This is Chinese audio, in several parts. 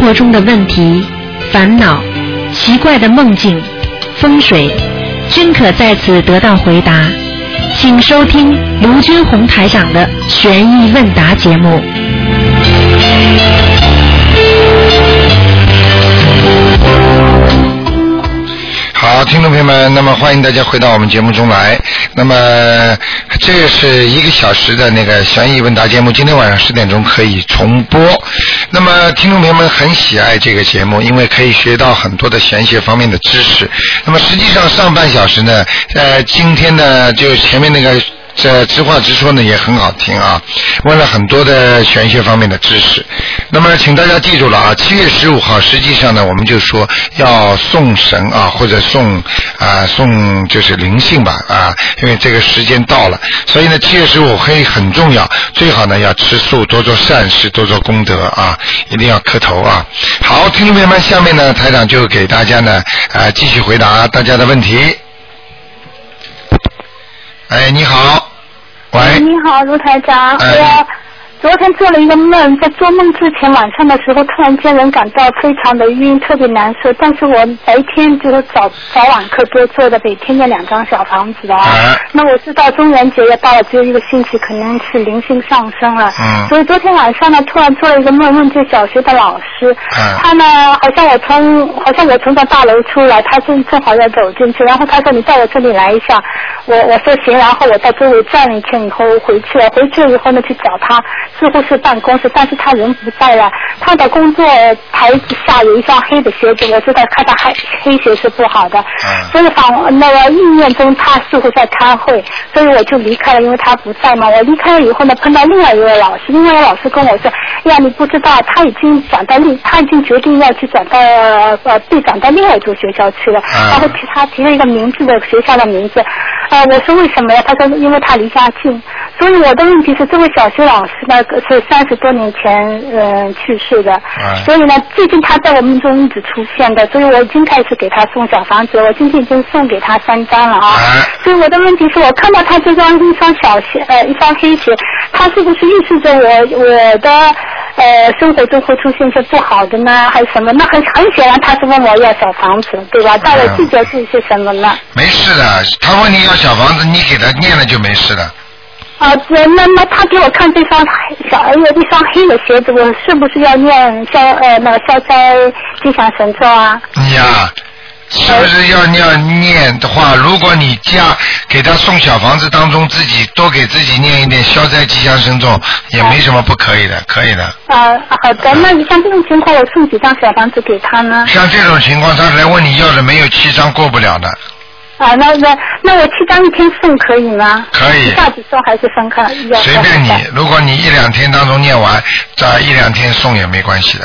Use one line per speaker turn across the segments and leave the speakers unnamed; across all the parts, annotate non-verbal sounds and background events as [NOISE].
活中的问题、烦恼、奇怪的梦境、风水，均可在此得到回答。请收听卢军红台长的《悬疑问答》节目。
好，听众朋友们，那么欢迎大家回到我们节目中来。那么这是一个小时的那个悬疑问答节目，今天晚上十点钟可以重播。那么听众朋友们很喜爱这个节目，因为可以学到很多的玄学方面的知识。那么实际上上半小时呢，呃，今天呢就前面那个。这直话直说呢也很好听啊，问了很多的玄学方面的知识。那么，请大家记住了啊，七月十五号，实际上呢，我们就说要送神啊，或者送啊送就是灵性吧啊，因为这个时间到了，所以呢，七月十五黑很重要，最好呢要吃素，多做善事，多做功德啊，一定要磕头啊。好，听众朋友们，下面呢，台长就给大家呢啊继续回答大家的问题。哎，你好，喂。
哎你好，卢台长，
哎
我昨天做了一个梦，在做梦之前晚上的时候，突然间人感到非常的晕，特别难受。但是我白天就是早早晚课都做的，每天的两张小房子的啊。
哎
那我知道中元节也到了，只有一个星期，可能是灵性上升了。
嗯
所以昨天晚上呢，突然做了一个梦，梦见小学的老师，
嗯
他呢，好像我从好像我从那大楼出来，他正正好要走进去，然后他说你到我这里来一下，我我说行，然后我到周围转了一圈以后回去了，回去了以后呢去找他，似乎是办公室，但是他人不在了，他的工作台下有一双黑的鞋子，我知道看到黑黑鞋是不好的，
嗯
所以仿那个意念中他似乎在开会，所以我就离开了，因为他不在嘛。我离开了以后呢，碰到另外一位老师，另外一位老师跟我说：“哎呀，你不知道，他已经转到另，他已经决定要去转到呃被转到另外一所学校去了。
啊
然后提他提了一个名字的学校的名字，呃，我说为什么呀？他说因为他离家近。所以我的问题是，这位小学老师呢是三十多年前嗯、呃去世的，
哎
所以呢，最近他在我们中一直出现的，所以我已经开始给他送小房子了，我今天已经送给他三张了啊。
哎
所以我的问题是我看到他这双一双小鞋，呃，一双黑鞋，他是不是预示着我我的呃生活中会出现一些不好的呢，还是什么？那很很显然他是问我要小房子，对吧？但我
嗯
拒绝做一些什么呢？
没事的，他问你要小房子，你给他念了就没事了。
啊，那那么他给我看这双小哎呀，这双黑的鞋子，我是不是要念消呃那个消灾吉祥神咒啊？
你呀、是不是要要念的话？如果你家给他送小房子当中，自己多给自己念一点消灾吉祥神咒，也没什么不可以的，可以的。
啊，好的，那你像这种情况，我送几张小房子给他呢？
像这种情况，他来问你要的没有七张过不了的，
啊，那那那我七张一天送可以吗？
可以
一下子送还是分开？要
嗯随便你。如果你一两天当中念完，再一两天送也没关系的，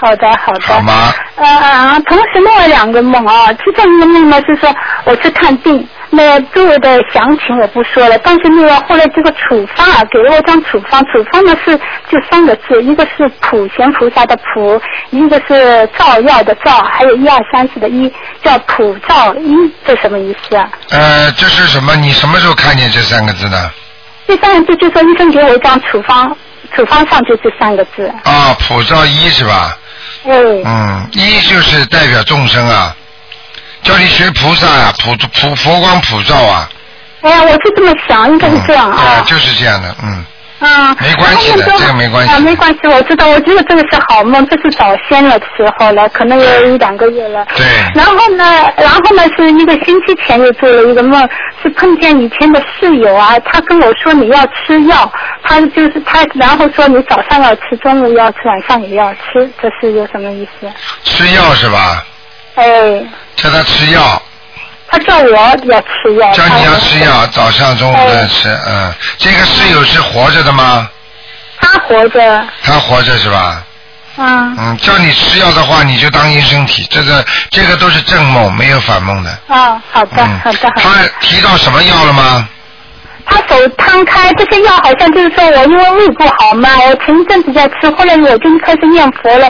好的，好的。
好吗？
呃啊，同时另外两个梦啊，其中一个梦呢是说我去看病，那周围的详情我不说了，但是那个后来这个处方啊，给了我张处方，处方呢是就三个字，一个是普贤菩萨的普，一个是照耀的照，还有一二三四的一，叫普照一，这什么意思啊？
呃，这是什么？你什么时候看见这三个字的？
这三个字就说医生给我一张处方，处方上就这三个字，
啊，普照一是吧？
哎，
嗯，一就是代表众生啊，叫你学菩萨啊，普普佛光普照啊，
哎呀，我是这么想，应该是这样
嗯
啊。
就是这样的，嗯，
啊，
没关系的
然后呢
这个没关系
啊，没关系，我知道，我觉得这个是好梦，这是早先了的时候了，可能有一两个月了。
对，
然后呢，然后呢，是一个星期前又做了一个梦，是碰见以前的室友啊，他跟我说你要吃药，他就是他，然后说你早上要吃，中午要吃，晚上也要吃，这是有什么意思？
吃药是吧？
哎，
叫他吃药，
他叫我要吃药，
叫你要吃
他
药，早上中午再
哎
吃，嗯，这个室友是活着的吗？
他活着，
他活着是吧？
嗯。
嗯，叫你吃药的话，你就当医生体，这个这个都是正梦，没有反梦的。
啊，好的，
嗯
好的，，好的。
他提到什么药了吗？
他手摊开，这些药好像就是说我因为胃不好嘛，我前一阵子在吃，后来我就开始念佛了，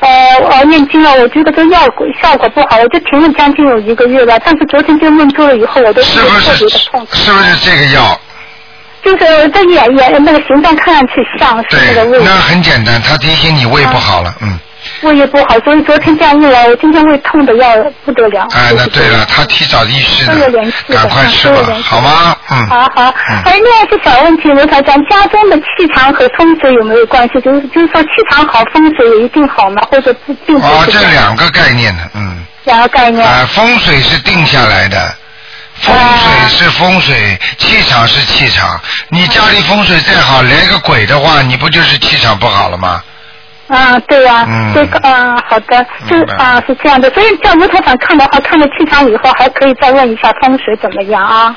呃，我念经了，我觉得这药果效果不好，我就停了将近有一个月吧。但是昨天这个梦做了以后，我都
是
觉
不
得特
是
别的痛苦，
是不是这个药？
就是这眼眼那个形状看上去像是那个
对，
胃
那很简单，他提醒你胃不好了，嗯，
胃也不好，所以昨天这样一来，我今天胃痛的要不得了。
哎，那对了，他提早意识
都有联
了
系，的
赶快吃
嗯都
吧
有联，系
好吗？嗯。
好好，哎，另外一个小问题，刘台长，家中的气场和风水有没有关系？就是就是说气场好，风水也一定好吗？或者不并不
哦，
是
这
样
两个概念呢，嗯，
两个概念。
啊，风水是定下来的，风
啊
水是风水，气场是气场。你家里风水再好，来个鬼的话，你不就是气场不好了吗？
啊，对呀、
嗯
这个啊，好的，就
明白
啊是这样的，所以叫卢台长看的话，看了气场以后，还可以再问一下风水怎么样啊？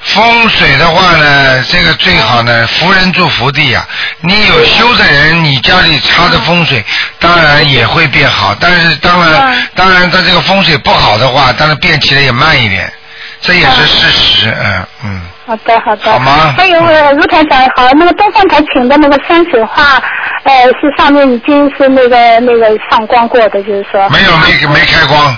风水的话呢，这个最好呢，福人住福地呀、你有修的人，你家里差的风水，当然也会变好。但是当然
嗯，
当然，它这个风水不好的话，当然变起来也慢一点，这也是事实。嗯嗯，
好的，好的。
好吗嗯
还有呃卢台长好，那个东方台请的那个山水画，呃，是上面已经是那个那个上光过的，就是说，
没有没没开光。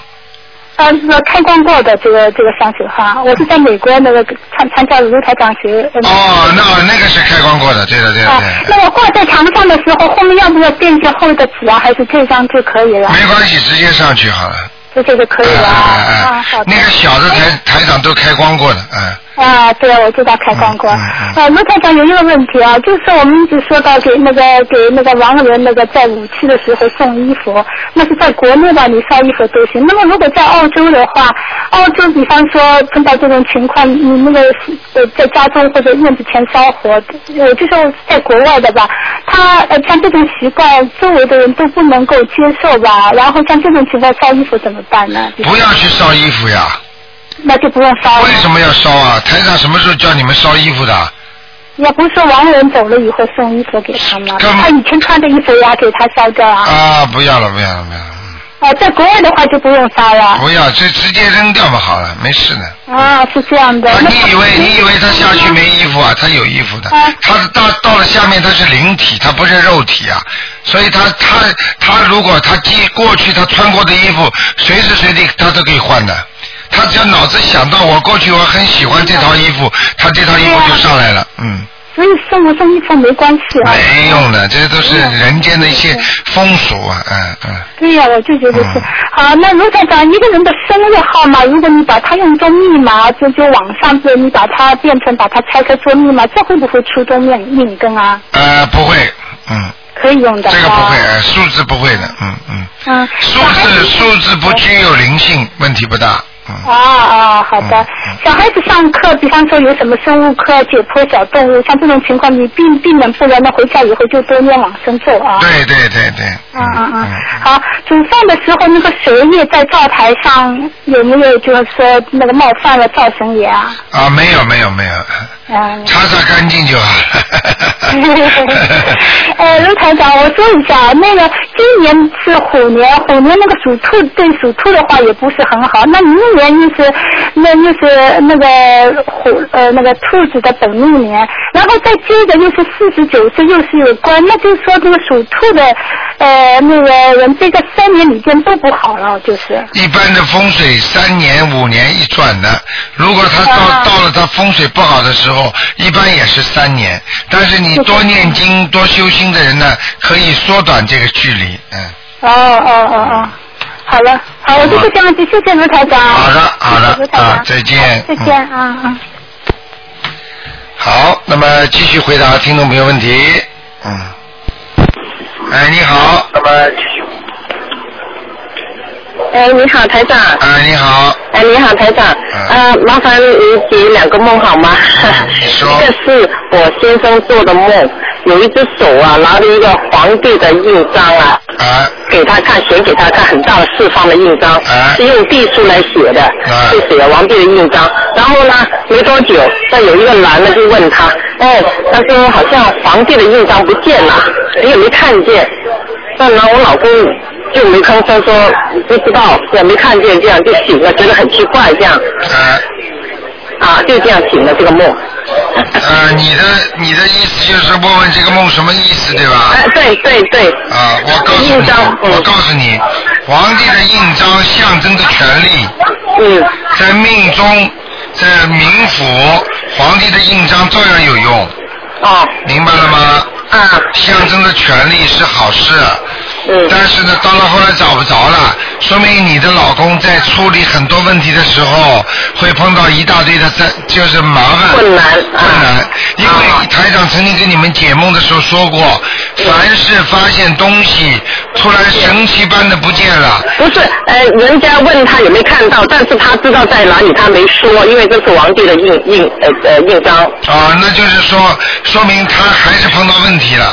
呃，那个开光过的这个这个山水画，我是在美国那个参参加卢台长学。呃
哦，那那个是开光过的，对的对的
啊，
对的，
那我挂在墙上的时候，后面要不要垫一些厚的纸啊？还是这张就可以了？
没关系，直接上去好了。
就这个可以了啊。
哎哎哎
啊，好的
那。个小的台台长都开光过的，嗯。
啊，对，我知道开光过。
嗯嗯嗯
呃，卢台长有一个问题啊，就是我们一直说到给那个给那个亡人那个在五七的时候送衣服，那是在国内吧，你烧衣服都行。那么如果在澳洲的话，澳洲比方说碰到这种情况，你那个呃在家中或者院子前烧火，我就说在国外的吧，他呃像这种习惯，周围的人都不能够接受吧。然后像这种情况烧衣服怎么办呢？
不要去烧衣服呀！
那就不用烧了
为。什么要烧啊？台长什么时候叫你们烧衣服的？
也不是亡人走了以后送衣服给他吗？
干嘛
他以前穿的衣服也要给他烧掉啊。
啊，不要了，不要了，不要了，
啊，在国外的话就不用烧了。
不要，这直接扔掉嘛，好了，没事的。
啊，是这样的
啊。，
那
你以为你以为他下去没衣服啊？他有衣服的
啊，
他是到到了下面他是灵体，他不是肉体啊，所以他他他如果他记过去他穿过的衣服，随时随地他都可以换的。他只要脑子想到我过去我很喜欢这套衣服，他这套衣服就上来了，嗯，
所以送不送衣服没关系啊。
没用的，这都是
没有
人间的一些
对
风俗啊，嗯嗯。
对呀、我就觉得是。
嗯
好，那卢台长，一个人的生日号码，如果你把它用作密码，就就网上这你把它变成把它拆开做密码，这会不会出动命命根啊？
呃，不会，嗯，
可以用的。
这个不会，
啊。
呃数字不会的，嗯嗯，
嗯。
数
小孩
字
子
数字不具有灵性，问题不大，嗯，
啊啊，好的
嗯。
小孩子上课，比方说有什么生物课、解剖小动物，像这种情况，你避避免不了，那回家以后就多念往生咒啊。
对对对对，
嗯嗯
嗯，
嗯好，煮饭的时候那个水液在灶台上有没有就是说那个冒犯了灶神爷啊？
啊，没有没有没有，
嗯。。
擦擦干净就好了
[LAUGHS] 呃，卢台长，我说一下，那个今年是虎年，虎年那个属兔对属兔的话也不是很好。那明年又是那又是那个虎呃那个兔子的本命年，然后再接着又是四十九岁又是有关，那就是说这个属兔的呃那个人这个三年里边都不好了，就是。
一般的风水三年五年一转的，如果他到、
啊
到了他风水不好的时候，一般也是三年。但是你多念
嗯
经多修心的人呢，可以缩短这个距离。嗯，
哦哦哦哦，好了，好，我就是这样子，谢谢卢台长。
好的好的
谢谢卢台长
啊再见嗯
再见啊啊。
好，那么继续回答听众朋友问题。嗯，哎，你好，
那么继续。哎，你好，台长。
哎，你好，
哎，你好，台长。呃，麻烦你解两个梦好吗？
嗯你
[LAUGHS]
说
一个是我先生做的梦，有一只手啊拿着一个皇帝的印章啊，
啊，
给他看，写给他看，很大的四方的印章，
哎
是用地书来写的，
哎
是写皇帝的印章。然后呢，没多久，那有一个男的就问他，哎，他说好像皇帝的印章不见了，你也没看见。那然后我老公就没吭声说不知道，也没看见，这样就醒了，觉得很奇怪，这样
啊，
啊，就这样醒了这个梦。
呃，你的你的意思就是问问这个梦什么意思，对吧？
哎，对对对，
啊，我告诉
印章
你，
嗯
我告诉你，皇帝的印章象征着权力，
嗯，
在命中，在冥府，皇帝的印章照样有用，
哦，
明白了吗？
啊，
象征着权力是好事，
嗯
但是呢，到了后来找不着了，说明你的老公在处理很多问题的时候，会碰到一大堆的在就是麻烦
困难
困难
啊，
因为台长曾经跟你们解梦的时候说过，
嗯
凡是发现东西突然神奇般的不见了，
不是，呃，人家问他有没有看到，但是他知道在哪里，他没说，因为这是皇帝的印印呃呃印章
啊，那就是说说明他还是碰到问题了，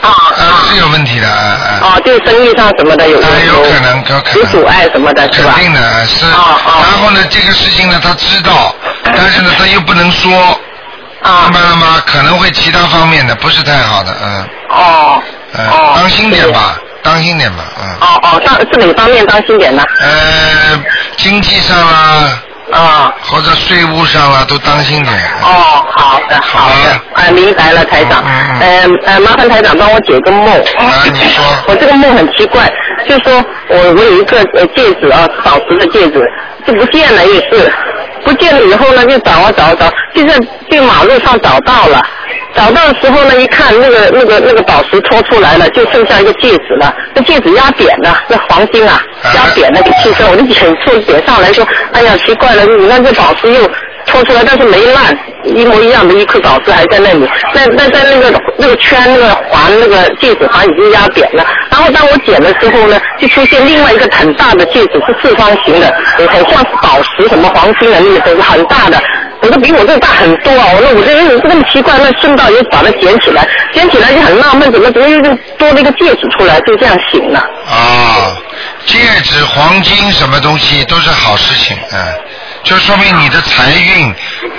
啊
啊，
啊
是有问题的，啊啊。
啊，就是生意上什么的有
啊有可能有可能
有阻碍什么啊的是
肯
吧？
定的啊是，
哦哦
然后呢，这个事情呢，他知道，但是呢，他又不能说，明
啊
白了吗？可能会其他方面的，不是太好的，嗯
哦
嗯，
哦，
当心点。吧，当心点吧，嗯，
哦哦，当是哪方面当心点呢？
呃，经济上啦，
啊
或者税务上啦，都当心点。
哦，好的好
好
的
啊，
啊，明白了，台长。
嗯嗯
呃呃，麻烦台长帮我解个梦。
啊你说
我这个梦很奇怪，就说我我有一个呃戒指啊，宝石的戒指，就不见了也是，不见了以后呢，就找啊找啊找，就在这马路上找到了。找到的时候呢，一看那个那个那个宝石脱出来了，就剩下一个戒指了。那戒指压扁了，那黄金啊
啊，
压扁了，就气色，我就很错点上来说，哎呀，奇怪了，你看这宝石又脱出来，但是没烂，一模一样的一颗宝石还在那里。那那在那个那个圈那个环那个戒指环已经压扁了。然后当我剪的时候呢，就出现另外一个很大的戒指，是四方形的，很像是宝石什么黄金的那种，很大的。我都比我这个大很多啊！我说我这人这么奇怪，那顺道也把它捡起来，捡起来就很纳闷，怎么怎么又多了一个戒指出来，就这样醒了。
啊，戒指、黄金什么东西都是好事情，嗯，就说明你的财运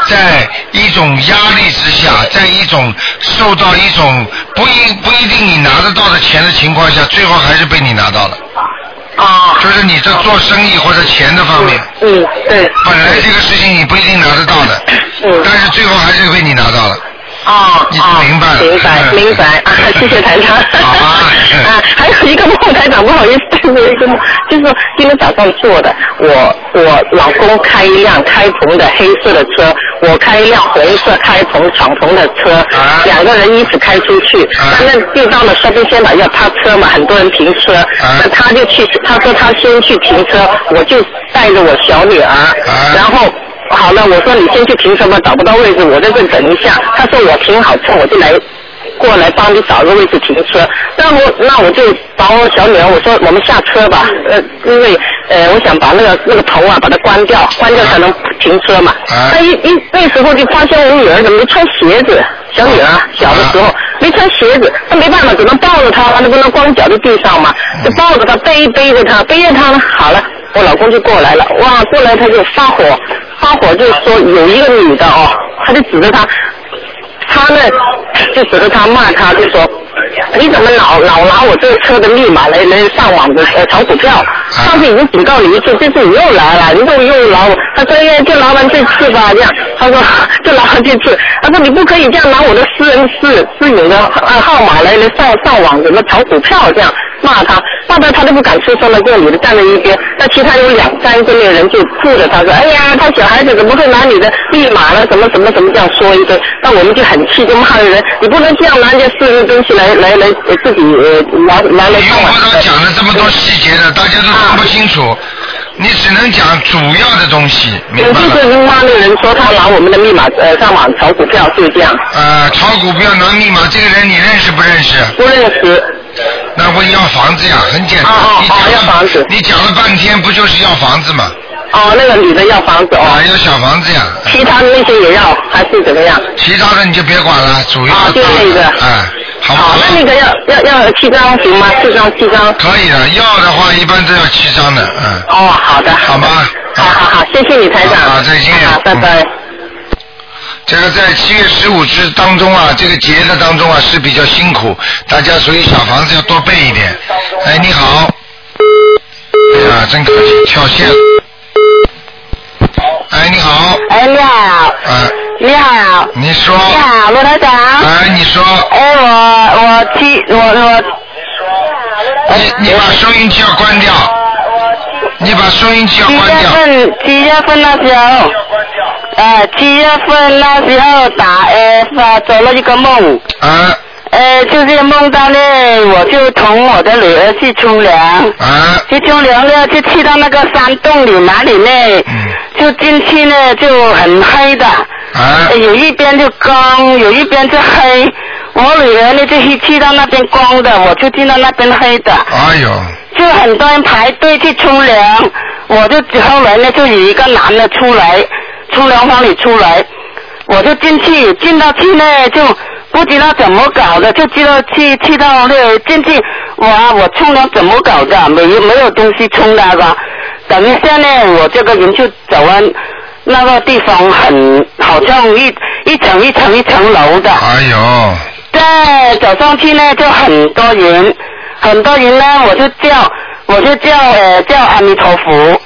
在一种压力之下，在一种受到一种不一不一定你拿得到的钱的情况下，最后还是被你拿到了，
啊
就是你这做生意或者钱的方面，
嗯，对，
本来这个事情你不一定拿得到的，
嗯
但是最后还是被你拿到了。
哦，
你
哦
明白了
明
[LAUGHS]
白，
嗯
明白啊！谢谢台长。
好
[LAUGHS]
啊
啊，还有一个梦，台长不好意思，但是有一个梦，就是说今天早上做的，我我老公开一辆开篷的黑色的车，我开一辆红色开篷敞篷的车，
啊
两个人一起开出去，
啊
那那地到了 shopping center 要趴车嘛，很多人停车，
啊
那他就去，他说他先去停车，我就带着我小女儿，
啊
然后。好了，我说你先去停车吧，找不到位置，我在这等一下。他说我停好车，我就来过来帮你找个位置停车。那我那我就把我小女儿，我说我们下车吧，呃，因为呃我想把那个那个头啊把它关掉，关掉才能停车嘛。
啊
那一一那时候就发现我女儿怎么没穿鞋子，小女儿小的时候没穿鞋子，那没办法，只能抱着她，那不能光脚在地上嘛，就抱着她背背着她，背着她呢，好了，我老公就过来了，哇，过来他就发火，发火就说有一个女的哦，他就指着她，他呢就指着他骂他，就说你怎么老老拿我这个车的密码来来上网的呃炒股票？上次已经警告你一次，这次你又来了，你怎么又拿我？他说哎，就拿完这次吧，这样。他说就拿完这次，他说你不可以这样拿我的私人私私隐的呃号码来来上上网怎么炒股票这样。骂他，骂他他都不敢出声了。这个女的站在一边，那其他有两三个那个人就护着他说：“哎呀，他小孩子怎么会拿你的密码了？什么什么什么这样说一堆。”那我们就很气，就骂人：“你不能这样拿人家私人东西来来来呃自己呃拿拿来
你
上
用
网
不着讲了这么多细节的，大家都听不清楚，你只能讲主要的东西，
我
明白
就
吗？
是骂那个人说他拿我们的密码呃上网炒股票，是这样，
呃，炒股票拿密码，这个人你认识不认识？
不认识。
那问要房子呀，很简单。
哦哦
你讲
哦
了
要房子
你讲了半天，不就是要房子吗？
哦，那个女的要房子
啊，
哦，
要小房子呀。
其他的那些也要还是怎么样？
其他的你就别管了，主要
啊
的
就那个
哎，好不
好，哦那那个要要要七张行吗？七张七张。
可以的，要的话一般都要七张的，嗯。
哦，好的，
好吗
好好好，谢谢你台长。
好再见
好，拜拜。
这个在七月十五之当中啊，这个节的当中啊是比较辛苦，大家所以小房子要多备一点。
啊
哎，你好。哎呀，真可惜，跳线了。哎，你好，
哎，你好，
哎，
你好，
你说，
你好，罗台长。
哎，你说，
哎，我我七我我
你你把收音机要关掉，你把收音机要
七
嗯关
月
掉。
份七月份那时候，呃，七月份那时候打呃发做了一个梦，
啊
哎、
呃，就是梦到呢，我就同我的女儿去冲凉，
啊，
去冲凉呢，就去到那个山洞里哪里呢，
嗯
就进去呢就很黑的，
哎
啊
呃，有一边就光，有一边就黑。我女儿呢就去去到那边光的，我就进到那边黑的。
哎呦，
就很多人排队去冲凉，我就后来呢，就有一个男的出来，从凉房里出来，我就进去，进到去呢就不知道怎么搞的，就进到去去到那个进去，哇，我冲凉怎么搞的？没有没有东西冲的吧？等一下呢，我这个人就走完那个地方很好像一一层一层一层楼的。
哎呦，
在走上去呢，就很多人，很多人呢，我就叫，我就叫呃叫阿弥陀佛，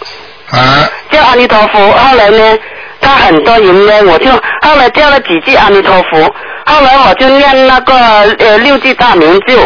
啊，
叫阿弥陀佛。后来呢，他很多人呢，我就后来叫了几句阿弥陀佛，后来我就念那个呃六句大明咒。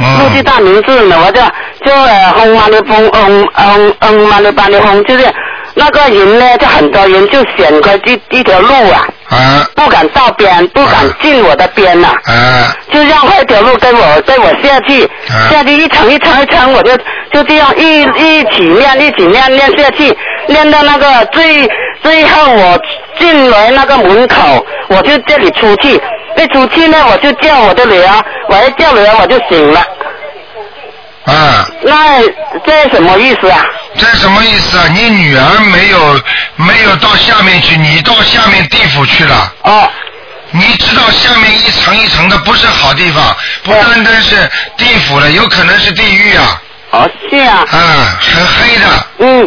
嗯
六句大明咒呢，我就就呃轰嘛的轰轰轰轰嘛的巴的轰，就是那个人呢，就很多人就选个这一条路啊，
啊，
不敢到边，不敢进我的边呐、
啊，
就让那条路跟我跟我下去，
啊
下去一层一层一层，我就就这样一一起念一起念念下去，念到那个最最后我进来那个门口，我就这里出去，一出去呢我就叫我的女儿，我一叫女儿我就醒了，
啊，
那这什么意思啊？
这什么意思啊？你女儿没有没有到下面去，你到下面地府去了。
哦，
你知道下面一层一层的不是好地方，不单单是地府了，有可能是地狱啊，
哦是啊，
啊，很黑的。
嗯，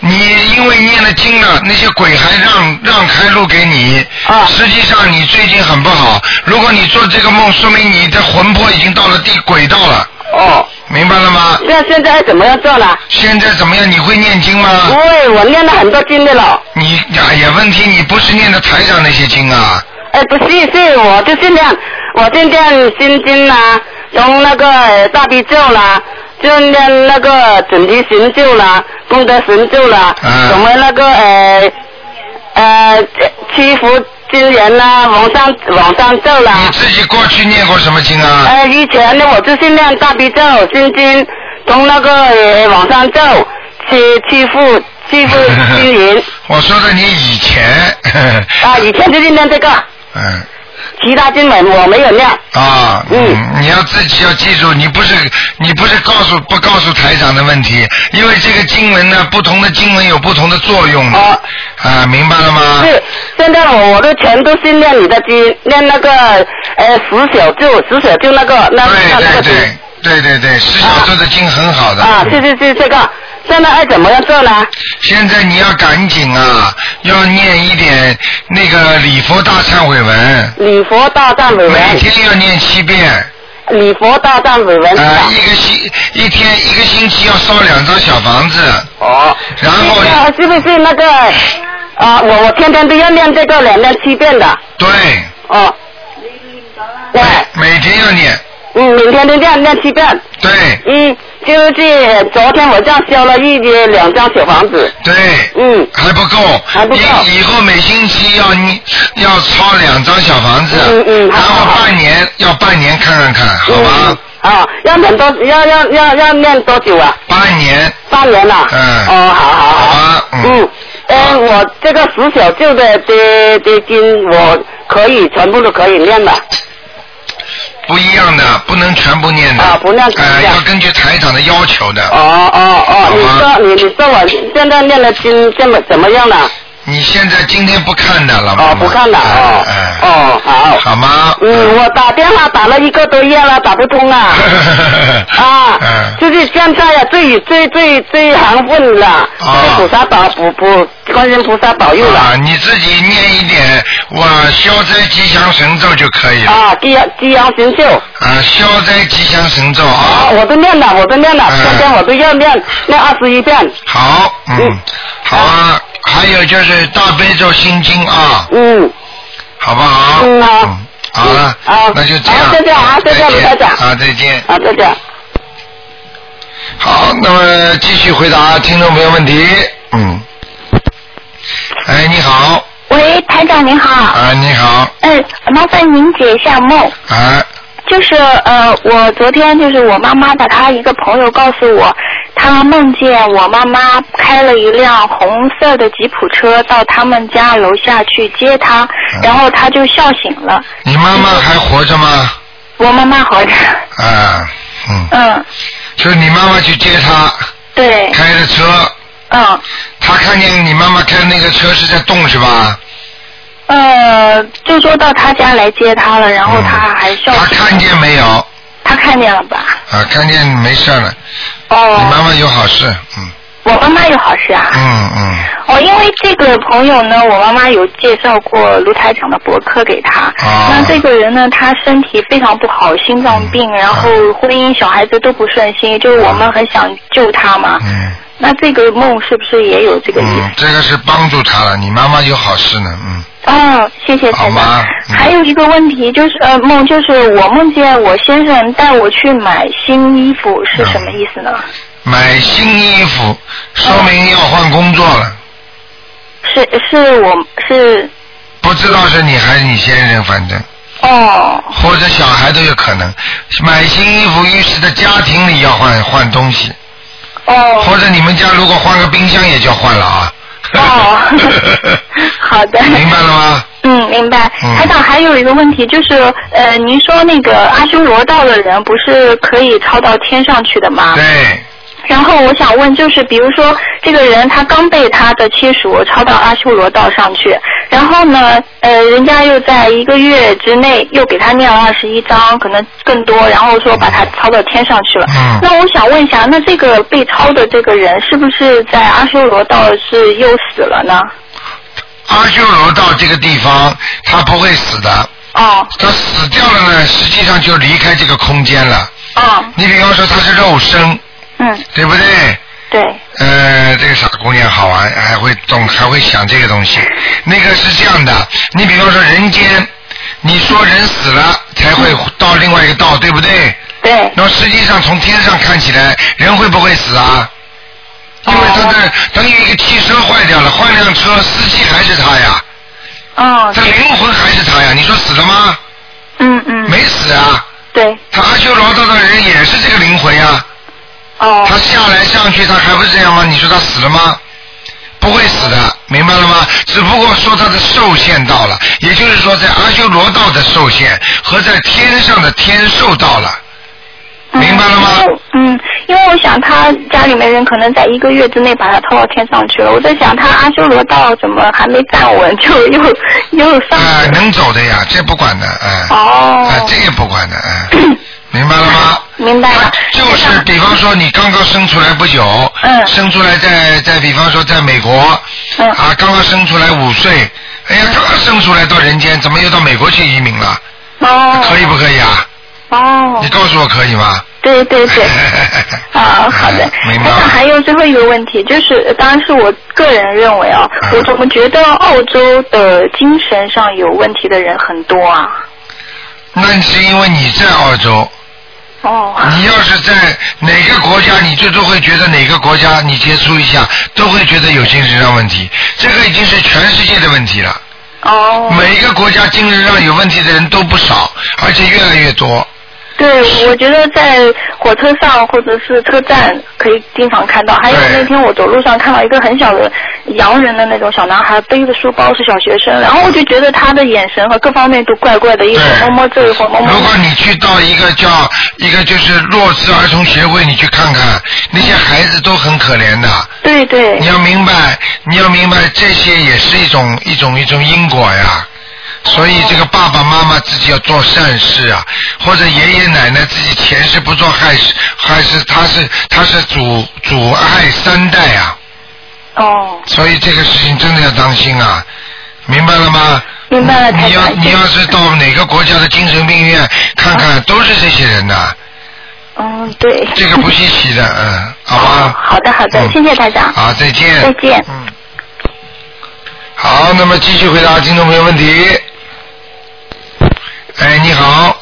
你因为念了经了，那些鬼还让让开路给你。
啊
实际上你最近很不好，如果你做这个梦，说明你的魂魄已经到了地轨道了，
哦，
明白了吗？
那现在怎么样做呢？
现在怎么样？你会念经
因
吗？
为我念了很多经的了。
你哎呀，也问题你不是念的台上那些经啊？
哎，不是，是我就尽量，我尽量心经啦、从那个呃大悲咒啦，就念那个准提神咒啦、功德神咒啦，
嗯
什么那个呃呃七福金言啦、往上往上咒啦。
你自己过去念过什么经啊？
呃，以前呢，我就是念大悲咒、心经，从那个呃往上咒，七七福七福金言
[LAUGHS] 我说的你以前。
啊，以前就是念这个，
[LAUGHS] 嗯。
其他经文我没有念。
啊，
嗯
嗯，你要自己要记住，你不是你不是告诉不告诉台长的问题，因为这个经文呢，不同的经文有不同的作用的，
哦
啊，明白了吗？
是，现在我我都全都是念你的经，念那个呃十小咒，十小咒那个那那
对对嗯
那个
对对对对，十小周的经很好的。
啊，是是是这个，现在爱怎么样做呢？
现在你要赶紧啊，要念一点那个礼佛大忏悔文，
礼佛大忏悔
每
文，
天要念七遍，
礼佛大忏悔文是
啊、
吧？
一个星一天一个星期要烧两张小房子，
哦，
然后
那个是不是那个啊？我我天天都要念这个两念七遍的
对，
哦。对，
每天要念，
嗯，每天都这样念七遍，
对
嗯，就是昨天我这样烧了一两张小房子，
对。
嗯，
还不够，
还不够
你以后每星期要你要抄两张小房子，
嗯嗯好
然
好
后
好
半年要半年看看看，好吧？
嗯？啊，要念多要要要要念多久啊？
半年，
半年了。
嗯
哦，好好
好吧
好。
嗯
嗯。呃，我这个十小舅的的的经，我可以全部都可以念的。
不一样的，不能全部念的，
啊不能全部
呃，
念
要根据台长的要求的。
哦哦
啊好吧
哦，你说你你说我现在念的经怎么怎么样了？
你现在今天不看的了，
哦，不看了。哦
哎、哎
哦，好。
啊好吗？[LAUGHS]
嗯，我打电话打了一个多月了，打不通啊。啊，
嗯，
就是现在呀、最最最最行混了，
啊
被菩萨保保保，观音菩萨保佑了。
啊，你自己念一点，我消灾吉祥神咒就可以了。
啊，激阳激阳神秀
啊，消灾吉祥神咒啊
啊，，我都念了，我都念了，
嗯
昨天我都要念念二十一遍，
好，嗯
嗯，
好啊，还有就是大悲咒心经啊，
嗯，
好不好？
嗯好
好了
嗯好，
那就这样，
好再见啊再见卢台长
啊，再见。
啊，再见。
好，那么继续回答听众朋友问题，嗯，哎，你好，
喂，台长您好，呃
啊，你好，
嗯，麻烦您解一下梦。
啊，
就是呃，我昨天就是我妈妈的，她一个朋友告诉我，她梦见我妈妈开了一辆红色的吉普车到他们家楼下去接
啊
她，然后她就笑醒了。
你妈妈还活着吗？
我妈妈
[LAUGHS]
活着，
啊，嗯，
嗯，
就是你妈妈去接她，
对，
开着车，
嗯，
她看见你妈妈开那个车是在动是吧？
呃，就说到她家来接她了，然后
嗯
她还笑
她
醒了。
看见没有？
她看见了吧？
啊，看见没事了。你妈
哦，
妈有好事，嗯
我妈妈有好事啊。
嗯嗯，
哦，因为这个朋友呢，我妈妈有介绍过卢台长的博客给他。
啊
那这个人呢，他身体非常不好，心脏病，
嗯啊
然后婚姻、小孩子都不顺心，就是我们很想救他嘛。
嗯
那这个梦是不是也有这个意思？
嗯，这个是帮助她了，你妈妈有好事呢，嗯
哦，谢谢台
好
长
吗。嗯
还有一个问题就是，呃，梦就是我梦见我先生带我去买新衣服，
嗯
是什么意思呢？
买新衣服说明要换工作了，
是是我是
不知道是你还是你先生，反正
哦
或者小孩都有可能。买新衣服预示着家庭里要换换东西， [LAUGHS]
哦。
或者你们家如果换个冰箱也就换了啊。
哦 [LAUGHS] 好的
[LAUGHS] 明白了吗？
嗯，明白。
嗯
台长还有一个问题，就是呃，您说那个阿修罗道的人不是可以超到天上去的吗？
对，
然后我想问，就是比如说这个人他刚被他的亲属超到阿修罗道上去，然后呢，呃，人家又在一个月之内又给他念了二十一章，可能更多，然后说把他超到天上去了。
嗯
那我想问一下，那这个被超的这个人是不是在阿修罗道是又死了呢？
阿修罗道这个地方他不会死的，
哦，
他死掉了呢，实际上就离开这个空间了。
哦，
你比方说他是肉身，
嗯，
对不对？
对。
呃，这个傻姑娘好玩，还会懂，还会想这个东西。那个是这样的，你比方说人间，你说人死了才会到另外一个道，对不对？
对，
那么实际上从天上看起来，人会不会死啊？因为他的等于一个汽车坏掉了，换辆车，司机还是他呀，
嗯
他灵魂还是他呀，你说死了吗？
嗯嗯，
没死啊，
对，
他阿修罗道的人也是这个灵魂呀、
哦，
他下来上去，他还不是这样吗？你说他死了吗？不会死的，明白了吗？只不过说他的寿限到了，也就是说在阿修罗道的寿限和在天上的天寿到了，
嗯
明白了吗？
嗯，因为我想他家里面人可能在一个月之内把他拖到天上去了，我在想他阿修罗道怎么还没站稳就又又上
啊、
去了？
能走的呀，这不管的，哎、啊、
哦，
这也不管的，哎、明白了吗？
明白了，
就是比方说你刚刚生出来不久，
嗯
生出来在在比方说在美国，
嗯
啊，刚刚生出来五岁，哎呀，刚刚生出来到人间，怎么又到美国去移民了？
哦，
可以不可以啊？
哦
你，告诉我可以吗？
对
[LAUGHS]
对对。啊，好的。
哎明白
台长还
吗？
有最后一个问题，就是当然是我个人认为啊，
嗯
我怎么觉得澳洲的精神上有问题的人很多啊？
那是因为你在澳洲，
哦，
你要是在哪个国家，你最多会觉得哪个国家你接触一下，都会觉得有精神上问题。这个已经是全世界的问题了，
哦，
每一个国家精神上有问题的人都不少，而且越来越多。
对，我觉得在火车上或者是车站可以经常看到。还有
对
那天我走路上看到一个很小的洋人的那种小男孩，背着书包是小学生，然后我就觉得他的眼神和各方面都怪怪的，一会儿
对
摸摸这，一会儿摸摸
如果
那。
你去到一个叫一个就是弱智儿童协会，你去看看，那些孩子都很可怜的。
对对
你，要明白，你要明白，这些也是一种一种一种因果呀。所以这个爸爸妈妈自己要做善事啊，或者爷爷奶奶自己前世不做害事，害事他是他是阻阻碍三代啊，
哦，
所以这个事情真的要当心啊，明白了吗？
明白了，
你
台
你要
长。
你要是到哪个国家的精神病院看
啊
看，都是这些人的，
嗯，对。
这个不稀奇的，嗯，好
哦
吧？
[LAUGHS] 好的好的，
嗯
谢谢台长。
好，再见。
再见
嗯。好，那么继续回答听众朋友问题。哎，你好，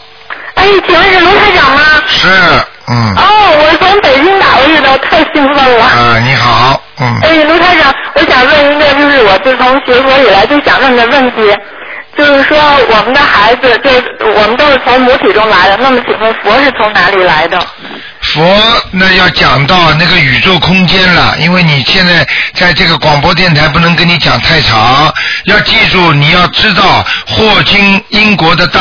哎，请问是卢台长吗？
是，嗯，
哦，我从北京打过去的，我哎太兴奋了。
啊，你好，嗯，
哎，卢台长，我想问一个，就是我自从学佛以来最想问的问题，就是说我们的孩子，这我们都是从母体中来的，那么请问佛是从哪里来的？
佛那要讲到那个宇宙空间了，因为你现在在这个广播电台不能跟你讲太长，要记住你要知道霍金英国的大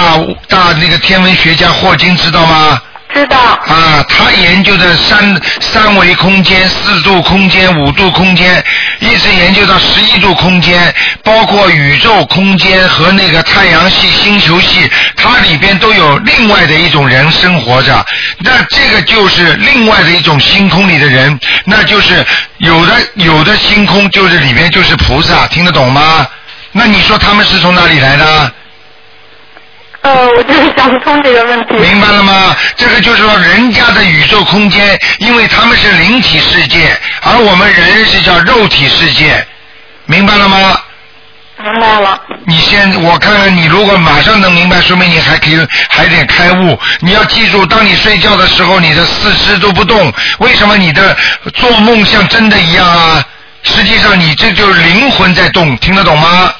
大那个天文学家霍金知道吗？
知道。
啊，他研究的三三维空间、四度空间、五度空间，一直研究到十一度空间，包括宇宙空间和那个太阳系、星球系，它里边都有另外的一种人生活着。那这个就是另外的一种星空里的人，那就是有的有的星空就是里边就是菩萨，听得懂吗？那你说他们是从哪里来的？
呃，我就是想不通这个问题。 [LAUGHS]
明白了吗？这个就是说，人家的宇宙空间，因为他们是灵体世界，而我们人是叫肉体世界，明白了吗？
明白了。
你先，我看看你，如果马上能明白，说明你还可以，还得开悟。你要记住，当你睡觉的时候，你的四肢都不动，为什么你的做梦像真的一样啊？实际上，你这就是灵魂在动，听得懂吗？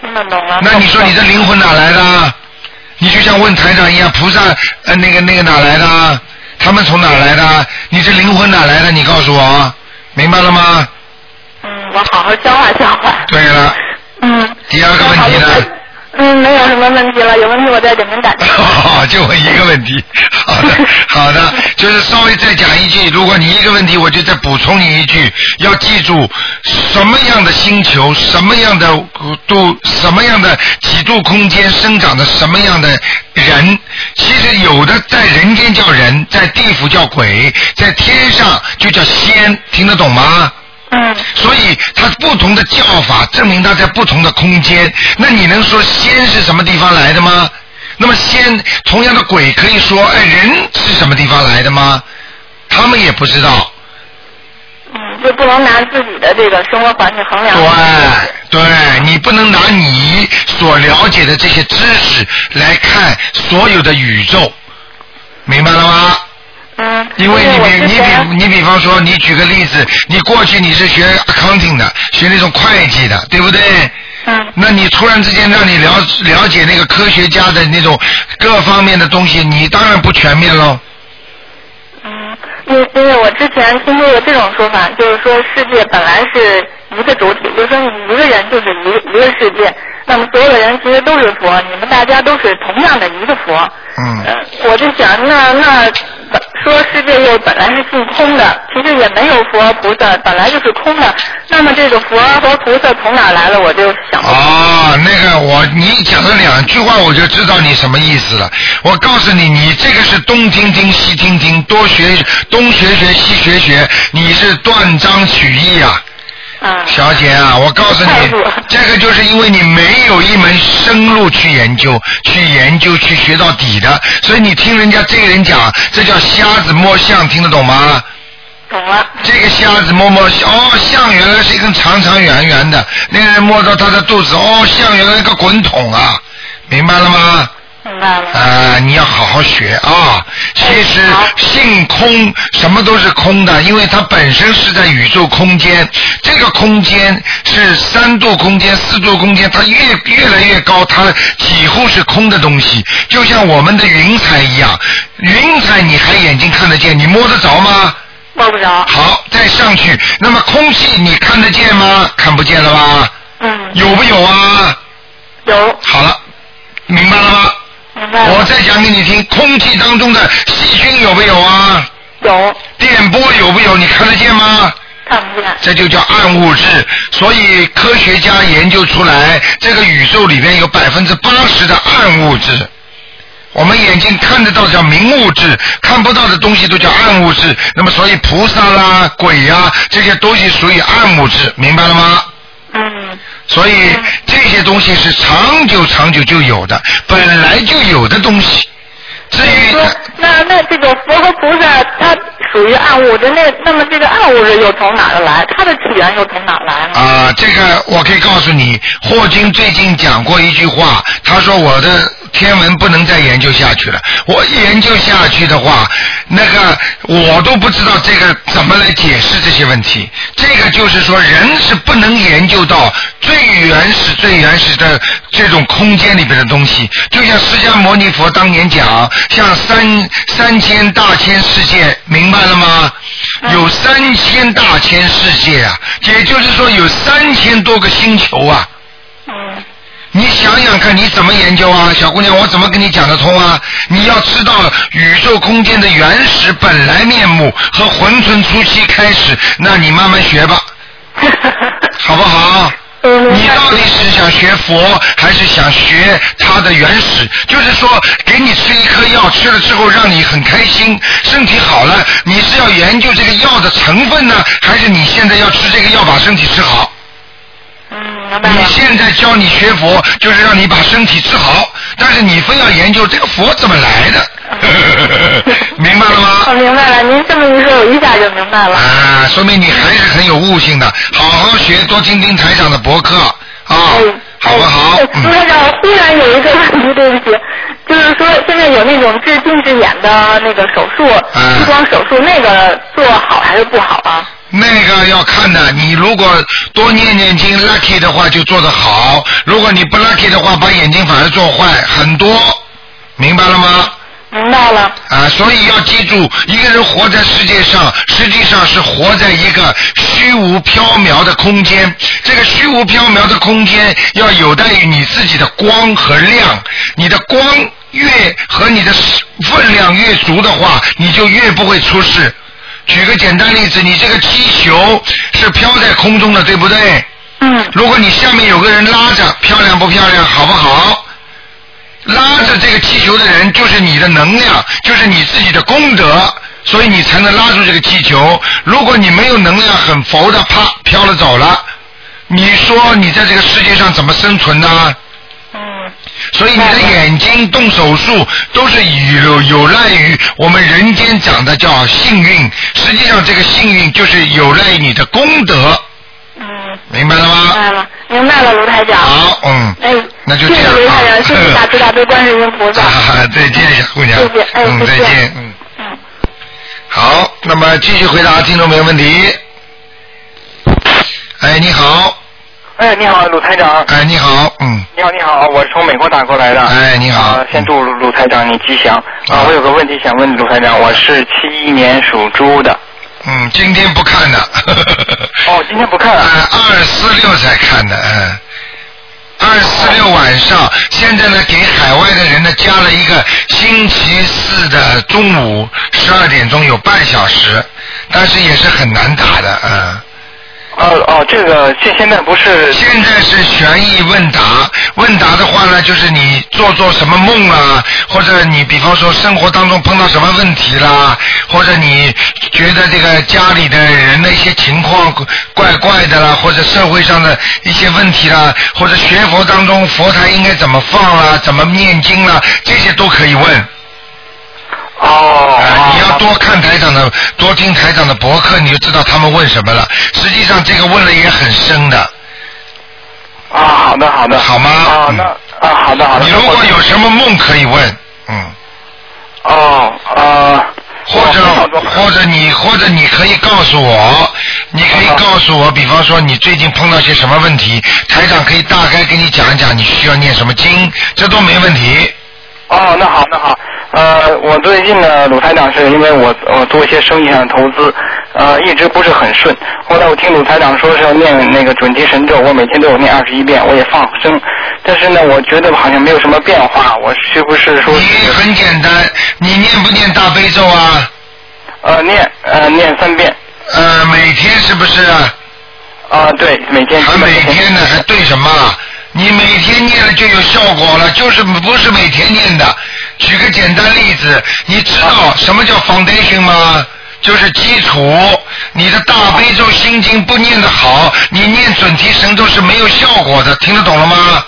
听得懂了。
那你说你的灵魂哪来的啊？你就像问台长一样，菩萨呃那个那个哪来的？啊？他们从哪来的？啊？你这灵魂哪来的？你告诉我，啊，明白了吗？
嗯，我好好消化消化。
对了，
嗯。
[LAUGHS] 第二个问题呢？
嗯，没有什么问题了，有问题我再给您打。
[LAUGHS] 哦，就问一个问题，好的，好的，就是稍微再讲一句，如果你一个问题，我就再补充你一句，要记住什么样的星球，什么样的度，什么样的几度空间生长的什么样的人，其实有的在人间叫人，在地府叫鬼，在天上就叫仙，听得懂吗？
嗯
所以它不同的叫法证明它在不同的空间。那你能说仙是什么地方来的吗？那么仙同样的鬼可以说，哎，人是什么地方来的吗？他们也不知道。
嗯，就不能拿自己的这个生活环境衡量。
对，啊对你不能拿你所了解的这些知识来看所有的宇宙，明白了吗？
嗯。
因为你
我
比
之
你
前
比你比方说，你举个例子，你过去你是学 accounting 的，学那种会计的，对不对？
嗯
那你突然之间让你了了解那个科学家的那种各方面的东西，你当然不全面喽。
嗯，因因为我之前听说过这种说法，就是说世界本来是一个主体，就是说你一个人就是一个一个世界，那么所有的人其实都是佛，你们大家都是同样的一个佛。
嗯，
呃，我就想，那那本说世界又本来是性空的，其实也没有佛菩萨，本来就是空的。那么这个佛和菩萨从哪儿来了？我就想不通。
哦，那个我你讲了两句话，我就知道你什么意思了。我告诉你，你这个是东听听西听听，多学东学学西学学，你是断章取义啊。
嗯
小姐啊，我告诉你
太弱了，
这个就是因为你没有一门深入去研究、去研究、去学到底的，所以你听人家这个人讲，这叫瞎子摸象，听得懂吗？
懂了。
这个瞎子摸摸，哦，象原来是一根长长圆圆的，那个人摸到他的肚子，哦，象原来一个滚筒啊，明白了吗？
明白了。
啊，你要好好学啊！其实
好
性空什么都是空的，因为它本身是在宇宙空间，这个空间是三度空间、四度空间，它越越来越高，它几乎是空的东西，就像我们的云彩一样。云彩你还眼睛看得见，你摸得着吗？
摸不着。
好，再上去，那么空气你看得见吗？看不见了吧？
嗯，
有不有啊？
有，
好了，明白了吗？
明白
我
了。
再讲给你听，空气当中的细菌有没有啊？
有，
电波有没有？你看得见吗？
看不见。
这就叫暗物质。所以科学家研究出来，这个宇宙里面有百分之八十的暗物质。我们眼睛看得到叫明物质，看不到的东西都叫暗物质。那么，所以菩萨啦、鬼呀、这些东西属于暗物质，明白了吗？
嗯，
所以这些东西是长久长久就有的，本来就有的东西。至于
说那那这个佛和菩萨，它属于暗物质，那那么这个暗物质又从哪儿来？它的起源又从哪儿来呢？
啊、这个我可以告诉你，霍金最近讲过一句话，他说我的天文不能再研究下去了，我研究下去的话，那个我都不知道这个怎么来解释这些问题。这个就是说，人是不能研究到最原始、最原始的这种空间里边的东西，就像释迦牟尼佛当年讲，像三三千大千世界，明白了吗？有三千大千世界啊，也就是说有三千多个星球啊。你想想看，你怎么研究啊，小姑娘，我怎么跟你讲得通啊？你要知道宇宙空间的原始本来面目和混沌初期开始，那你慢慢学吧，好不好？你到底是想学佛，还是想学它的原始？就是说，给你吃一颗药，吃了之后让你很开心，身体好了，你是要研究这个药的成分呢，还是你现在要吃这个药把身体吃好？
嗯
你现在教你学佛，就是让你把身体治好，但是你非要研究这个佛怎么来的， [LAUGHS] 明白了吗？
我哦明白了，您这么一说，我一下就明白了。
啊，说明你还是很有悟性的，好好学，多听听台长的博客啊，好不好？
嗯
嗯
哎朱台长，我忽然有一个问题，对不起，就是说现在有那种治近视眼的那个手术，
嗯
激光手术，那个做好还是不好啊？
那个要看的，你如果多念念经，lucky 的话就做得好；如果你不 lucky 的话，把眼睛反而做坏很多，明白了吗？
明白了。
啊，所以要记住，一个人活在世界上，实际上是活在一个虚无缥缈的空间。这个虚无缥缈的空间要有待于你自己的光和量，你的光越和你的分量越足的话，你就越不会出事。举个简单例子，你这个气球是飘在空中的，对不对？嗯。如果你下面有个人拉着，漂亮不漂亮？好不好？拉着这个气球的人就是你的能量，就是你自己的功德，所以你才能拉住这个气球。如果你没有能量，很浮的，啪飘了走了，你说你在这个世界上怎么生存呢？所以你的眼睛动手术都是有有赖于我们人间讲的叫幸运，实际上这个幸运就是有赖于你的功德。嗯。明白了吗？
明白了，明白了，卢台长。
好，嗯，
哎，
那就这
谢谢
样
卢
啊
台长，谢谢大慈大悲观世音
[LAUGHS]
菩萨。
啊，再见，小姑娘。
谢谢哎
嗯，再
再见
见，嗯。好，那么继续回答听众朋友问题。哎，你好，
哎，你好，鲁台长。
哎，你好，嗯，
你好，你好，我是从美国打过来的。啊
哎，你好，
先祝鲁鲁台长你吉祥。啊，我有个问题想问鲁台长，我是七一年属猪的。
嗯，今天不看的。
哦，今天
[LAUGHS]
不看。
啊，二四六才看的，嗯。二四六晚上，现在呢给海外的人呢加了一个星期四的中午十二点钟有半小时，但是也是很难打的，嗯。
哦哦，这个现现在不是。
现在是悬疑问答，问答的话呢，就是你做做什么梦啊，或者你比方说生活当中碰到什么问题啦，或者你觉得这个家里的人的一些情况怪怪的啦，或者社会上的一些问题啦，或者学佛当中佛台应该怎么放啦，怎么念经啦，这些都可以问。啊
哦、
哎你要多看台长的，多听台长的博客，你就知道他们问什么了。实际上，这个问了也很深的。
啊，好的，好的。
好吗？
啊，那啊，好的，好的。
你如果有什么梦可以问，嗯，
哦，呃，
或者或者你或者你可以告诉我，你可以告诉我，比方说你最近碰到些什么问题，台长可以大概给你讲一讲，你需要念什么经，这都没问题。
哦，那好，那好，呃，我最近呢，鲁台长是因为我我做一些生意上的投资，呃，一直不是很顺。后来我听鲁台长说是要念那个准提神咒，我每天都有念二十一遍，我也放生，但是呢，我觉得好像没有什么变化。我是不是说
你很简单，你念不念大悲咒啊？
呃念呃念三遍？
呃，每天是不是？
啊、对，每天
还
基本
每天呢？还对什么啊？你每天念了就有效果了，就是不是每天念的。举个简单例子，你知道什么叫 foundation 吗？就是基础。你的大悲咒心经不念得好，你念准提神咒是没有效果的，听得懂了吗？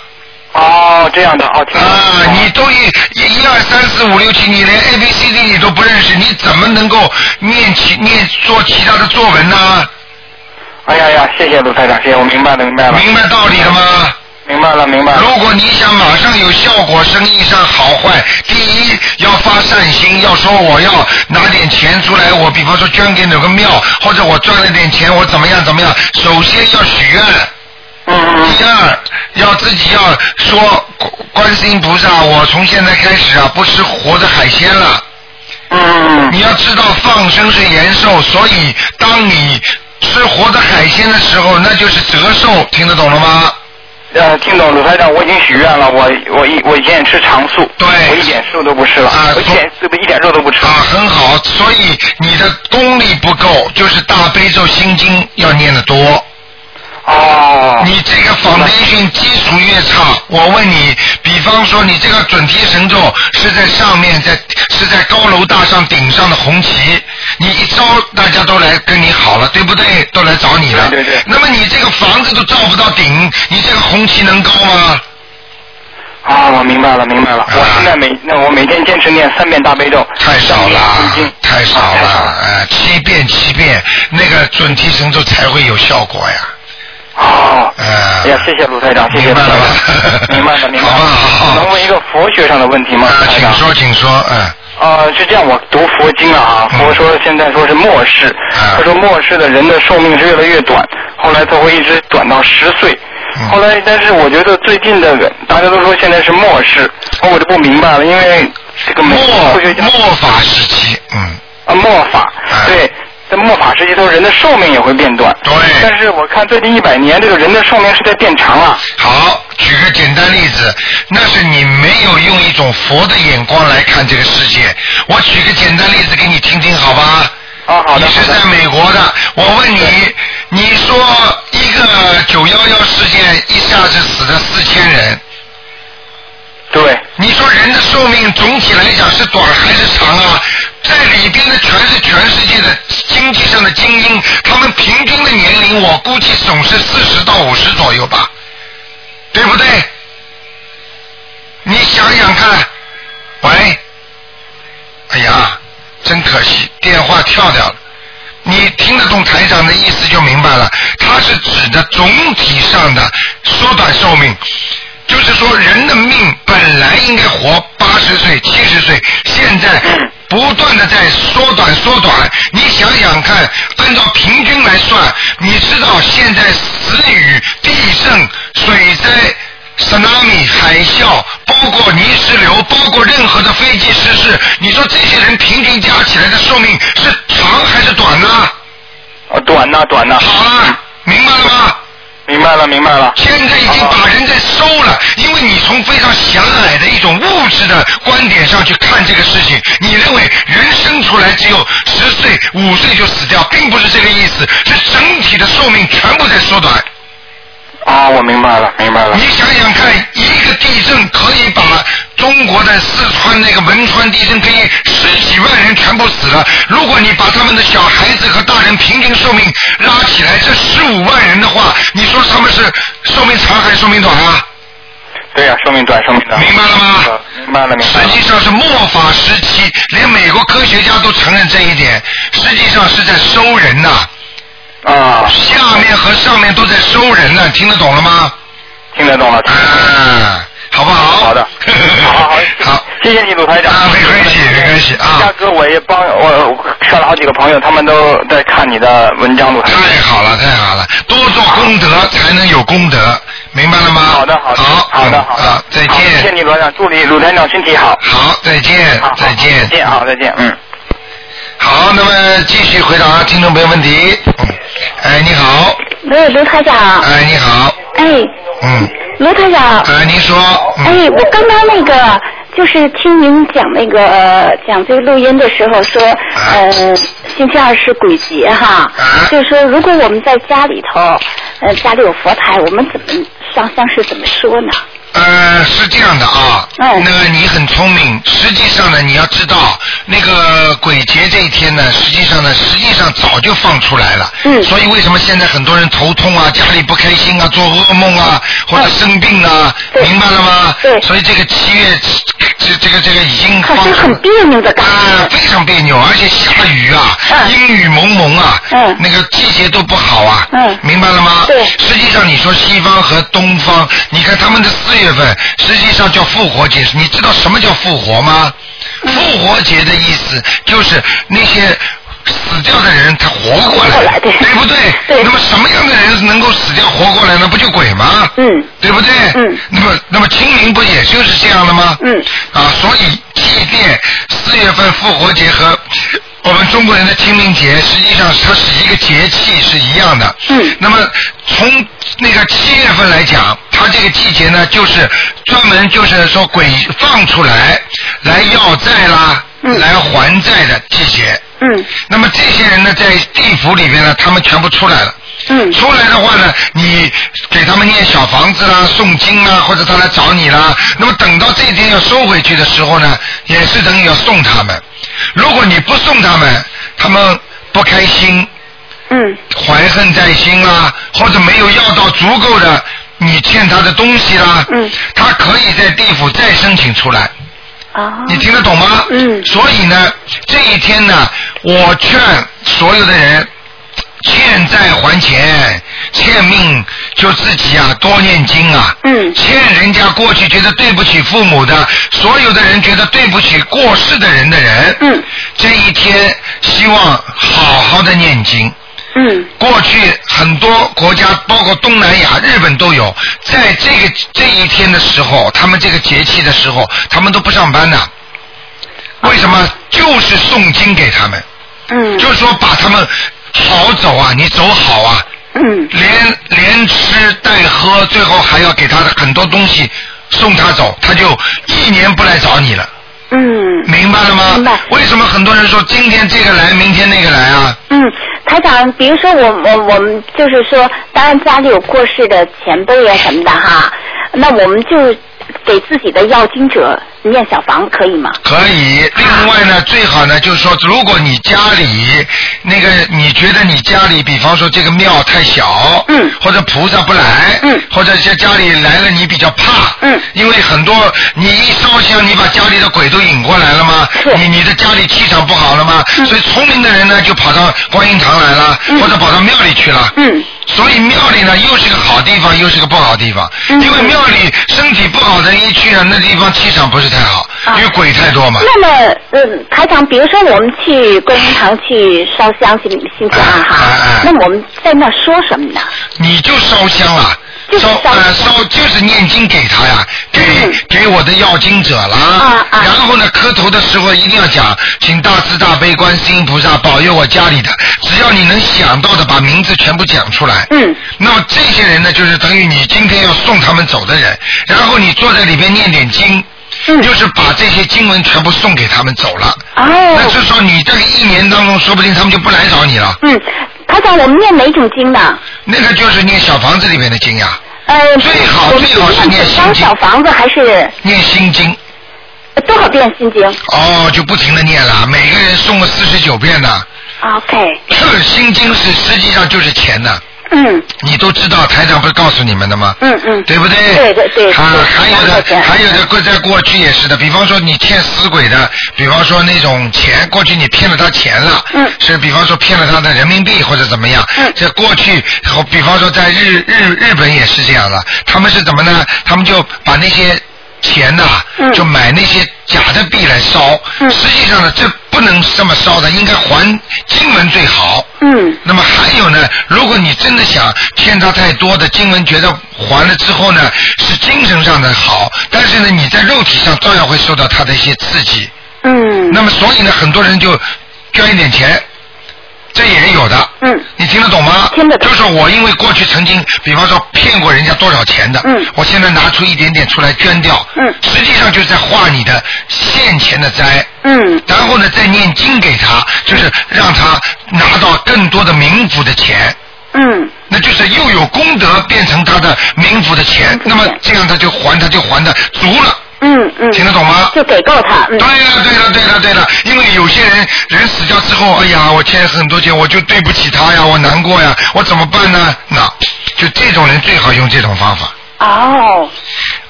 哦，这样的哦，听
啊，你都一一一二三四五六七，你连 A B C D 你都不认识，你怎么能够念其念做其他的作文呢？
哎呀呀，谢谢鲁台长，谢谢，我明白了，明白了，
明白道理了吗？
明白了，明白了。
如果你想马上有效果，生意上好坏，第一要发善心，要说我要拿点钱出来，我比方说捐给哪个庙，或者我赚了点钱，我怎么样怎么样。首先要许愿，
嗯嗯嗯
第二要自己要说观世音菩萨，我从现在开始啊不吃活的海鲜了。嗯。你要知道放生是延寿，所以当你吃活的海鲜的时候，那就是折寿，听得懂了吗？
呃，听懂鲁台长，我已经许愿了，我我以我以前也吃常素，
对，
我一点素都不吃了，
啊
我一点素一点肉都不吃。
啊，很好，所以你的功力不够，就是大悲咒心经要念得多。
哦，
你这个 foundation 基础越差，我问你，比方说你这个准提神咒是在上面，在是在高楼大上顶上的红旗，你一招大家都来跟你好了，对不对？都来找你了。
对对对
那么你这个房子都照不到顶，你这个红旗能高吗？
啊，我明白了，明白了。
啊
我现在每那我每天坚持念三遍大悲咒，
太少了
三遍心经，
太少
啊太少
了
了，
哎，七遍七遍，那个准提神咒才会有效果呀。
哦，
哎
哎呀，谢谢卢台长，谢谢
明
卢
白
台
了吧
长，明白了，明白
好吧啊好好
了。能问一个佛学上的问题吗，
啊
卢，台
请
长？
说，请说，嗯，
呃，是这样，我读佛经啊，
嗯
佛说现在说是末世，
啊
他说末世的人的寿命是越来越短，后来他会一直短到十岁
嗯。
后来，但是我觉得最近的大家都说现在是末世，哦我就不明白了，因为这个美国科嗯学家
末末法时期，嗯。
啊末法
啊，
对，在末法时期都人的寿命也会变短。
对
嗯但是我看最近一百年，这个人的寿命是在变长啊。
好，举个简单例子，那是你没有用一种佛的眼光来看这个世界。我举个简单例子给你听听，好吧？
啊，好的，
你是
好的
在美国的，我问你，你说一个九幺幺事件一下子死了四千人，
对，
你说人的寿命总体来讲是短还是长啊？在里边的全是全世界的经济上的精英，他们平均的年龄我估计总是四十到五十左右吧，对不对？你想想看，喂，哎呀，真可惜，电话跳掉了。你听得懂台长的意思就明白了，他是指的总体上的缩短寿命，就是说人的命本来应该活八十岁、七十岁，现在不断的在缩短、缩短。你想想看，按照平均来算，你知道现在死于地震、水灾。tsunami 海啸，包括泥石流，包括任何的飞机失事，你说这些人平均加起来的寿命是长还是短呢？
啊短呐短呐，
好啊了，明白了吗？
明白了明白了。
现在已经把人在收了，因为你从非常狭隘的一种物质的观点上去看这个事情，你认为人生出来只有十岁、五岁就死掉，并不是这个意思，是整体的寿命全部在缩短。
啊，我明白了明白了
你。想想看，一个地震可以把中国的四川那个汶川地震可以十几万人全部死了。如果你把他们的小孩子和大人平均寿命拉起来，这十五万人的话，你说他们是寿命长还是寿命短啊？
对呀、寿命短，寿命短。
明白了吗？
明白了，明白
实
了
际。上是末法时期，连美国科学家都承认这一点，实际上是在收人呐、
啊，
下面和上面都在收人呢、听得懂了吗？
听得懂了。听得懂了
啊，好不好？，
好的好好
[LAUGHS] 好。
谢谢你鲁台长。
啊没关系没关系啊
大哥，我也帮我劝了好几个朋友，他们都在看你的文章，鲁台长。
太好了，太好了，多做功德才能有功德，明白了吗？
好的，好的，
啊好，
好的，
嗯
好的。
啊，再
好谢谢
见。
你，鲁台长，祝你鲁台长身体好。
好，再见
好，
哎再
好再见，好，再见，嗯。
好，那么继续回答听众朋友问题。嗯，哎，你好，
喂，卢台长，
哎，你好，
哎，
嗯，
卢台长，
哎，您说，嗯，
哎，我刚刚那个就是听您讲那个、呃讲这个录音的时候说，
嗯
呃，星期二是鬼节哈，
啊
就是说如果我们在家里头，呃，家里有佛台，我们怎么上香是怎么说呢？
呃，是这样的啊，
嗯
那个你很聪明，实际上呢，你要知道，那个鬼节这一天呢，实际上呢，实际上早就放出来了，
嗯
所以为什么现在很多人头痛啊，家里不开心啊，做噩梦啊，或者生病啊，
嗯对
明白了吗？
对
所以这个七月，这这个这个已经
可
放
是
出
很别扭的感
啊，
觉。
非常别扭，而且下雨啊，
嗯
阴雨蒙蒙啊，
嗯
那个季节都不好啊，
嗯
明白了吗？
对
实际上你说西方和东方，你看他们的四月份，实际上叫复活节，你嗯知道什么叫复活吗？复活节的意思就是那些。死掉的人他活过来，对不对？那么什么样的人能够死掉活过来呢？不就鬼吗？嗯，对不对？嗯，那么那么清明不也就是这样的吗？嗯，啊，所以祭奠四月份复活节和我们中国人的清明节，实际上它是一个节气是一样的。嗯。那么从那个七月份来讲，它这个季节呢，就是专门就是说鬼放出来来要债啦，来还债的季节。嗯。那么这些人呢，在地府里边呢，他们全部出来了。嗯，出来的话呢，你给他们念小房子啦、诵经啊，或者他来找你啦。那么等到这一天要收回去的时候呢，也是等于要送他们。如果你不送他们，他们不开心，嗯，怀恨在心啦，或者没有要到足够的你欠他的东西啦，嗯，他可以在地府再申请出来。你听得懂吗？哦嗯。所以呢，这一天呢，我劝所有的人，欠债还钱，欠命就自己啊多念经啊。嗯。欠人家过去觉得对不起父母的，所有的人觉得对不起过世的人的人。嗯。这一天希望好好的念经。嗯，过去很多国家，包括东南亚、日本都有，在这个这一天的时候，他们这个节气的时候，他们都不上班的。为什么？就是诵经给他们。嗯。就是说把他们好走啊，你走好啊。嗯。连连吃带喝，最后还要给他的很多东西送他走，他就一年不来找你了。
嗯，
明白了吗？明白。为什么很多人说今天这个来，明天那个来啊？
嗯，台长，比如说我我我们就是说，当然家里有过世的前辈啊什么的哈，那我们就给自己的要经者念小房可以吗？
可以。另外呢，最好呢，就是说，如果你家里那个，你觉得你家里，比方说这个庙太小，嗯，或者菩萨不来，嗯，或者在家里来了你比较怕，嗯，因为很多你一烧香，你把家里的鬼都引过来了吗？你你的家里气场不好了吗？所以聪明的人呢，就跑到观音堂来了，或者跑到庙里去了，嗯。所以庙里呢，又是个好地方，又是个不好地方。因为庙里身体不好的人一去啊，那地方气场不是太好，因为鬼太多嘛。
那么，嗯，台长，比如说我们去观音堂去烧香去新鲜啊哈，
哎
那我们在那说什么呢？
你就烧香嗯了，烧呃烧就是念经给他呀，给、给我的要经者啦。然后呢，磕头的时候一定要讲，请大慈大悲观世音菩萨保佑我家里的，只要你能想到的，把名字全部讲出来。嗯。那么这些人呢，就是等于你今天要送他们走的人，然后你坐在里边念点经。嗯
哦
就是把这些经文全部送给他们走了，哦、那就是说你这个一年当中，说不定他们就不来找你了。
嗯，台长，我们念哪种经呢？
那个就是念小房子里面的经呀、
呃，
最好
我们
最好是念心
当
经
小房子还是
念心经。
呃多少遍心经
哦，就不停的念了，每个人送个四十九遍的。
啊
？OK，
心经是实际上就是钱的。
嗯。
你都知道，台长不是告诉你们的吗？
嗯嗯。
对不对？
对对对。
啊，还有的，还有的，过在过去也是的。比方说你欠死鬼的，比方说那种钱，过去你骗了他钱了，嗯，是比方说骗了他的人民币或者怎么样，嗯，这过去，好比方说在日日日本也是这样的，他们是怎么呢？他们就把那些钱呐、
嗯
就买那些假的币来烧，实际上呢，这不能这么烧的，应该还经文最好。
嗯。
那么还有呢，如果你真的想欠他太多的经文，觉得还了之后呢，是精神上的好，但是呢，你在肉体上照样会受到他的一些刺激。
嗯。
那么所以呢，很多人就捐一点钱。这也有的，
嗯，
你听得懂吗？听得懂。就是我因为过去曾经，比方说骗过人家多少钱的，嗯，我现在拿出一点点出来捐掉，嗯，实际上就是在化你的现钱的灾，
嗯，
然后呢再念经给他，就是让他拿到更多的冥府的钱，
嗯，
那就是又有功德变成他的冥府的钱，那么这样他就还他就还的足了。
嗯嗯，
听得懂吗？
就给够他。
嗯
对了对了对了对了，因为有些人人死掉之后，哎呀，我欠很多钱，我就对不起他呀，我难过呀，我怎么办呢？那就这种人最好用这种方法
哦，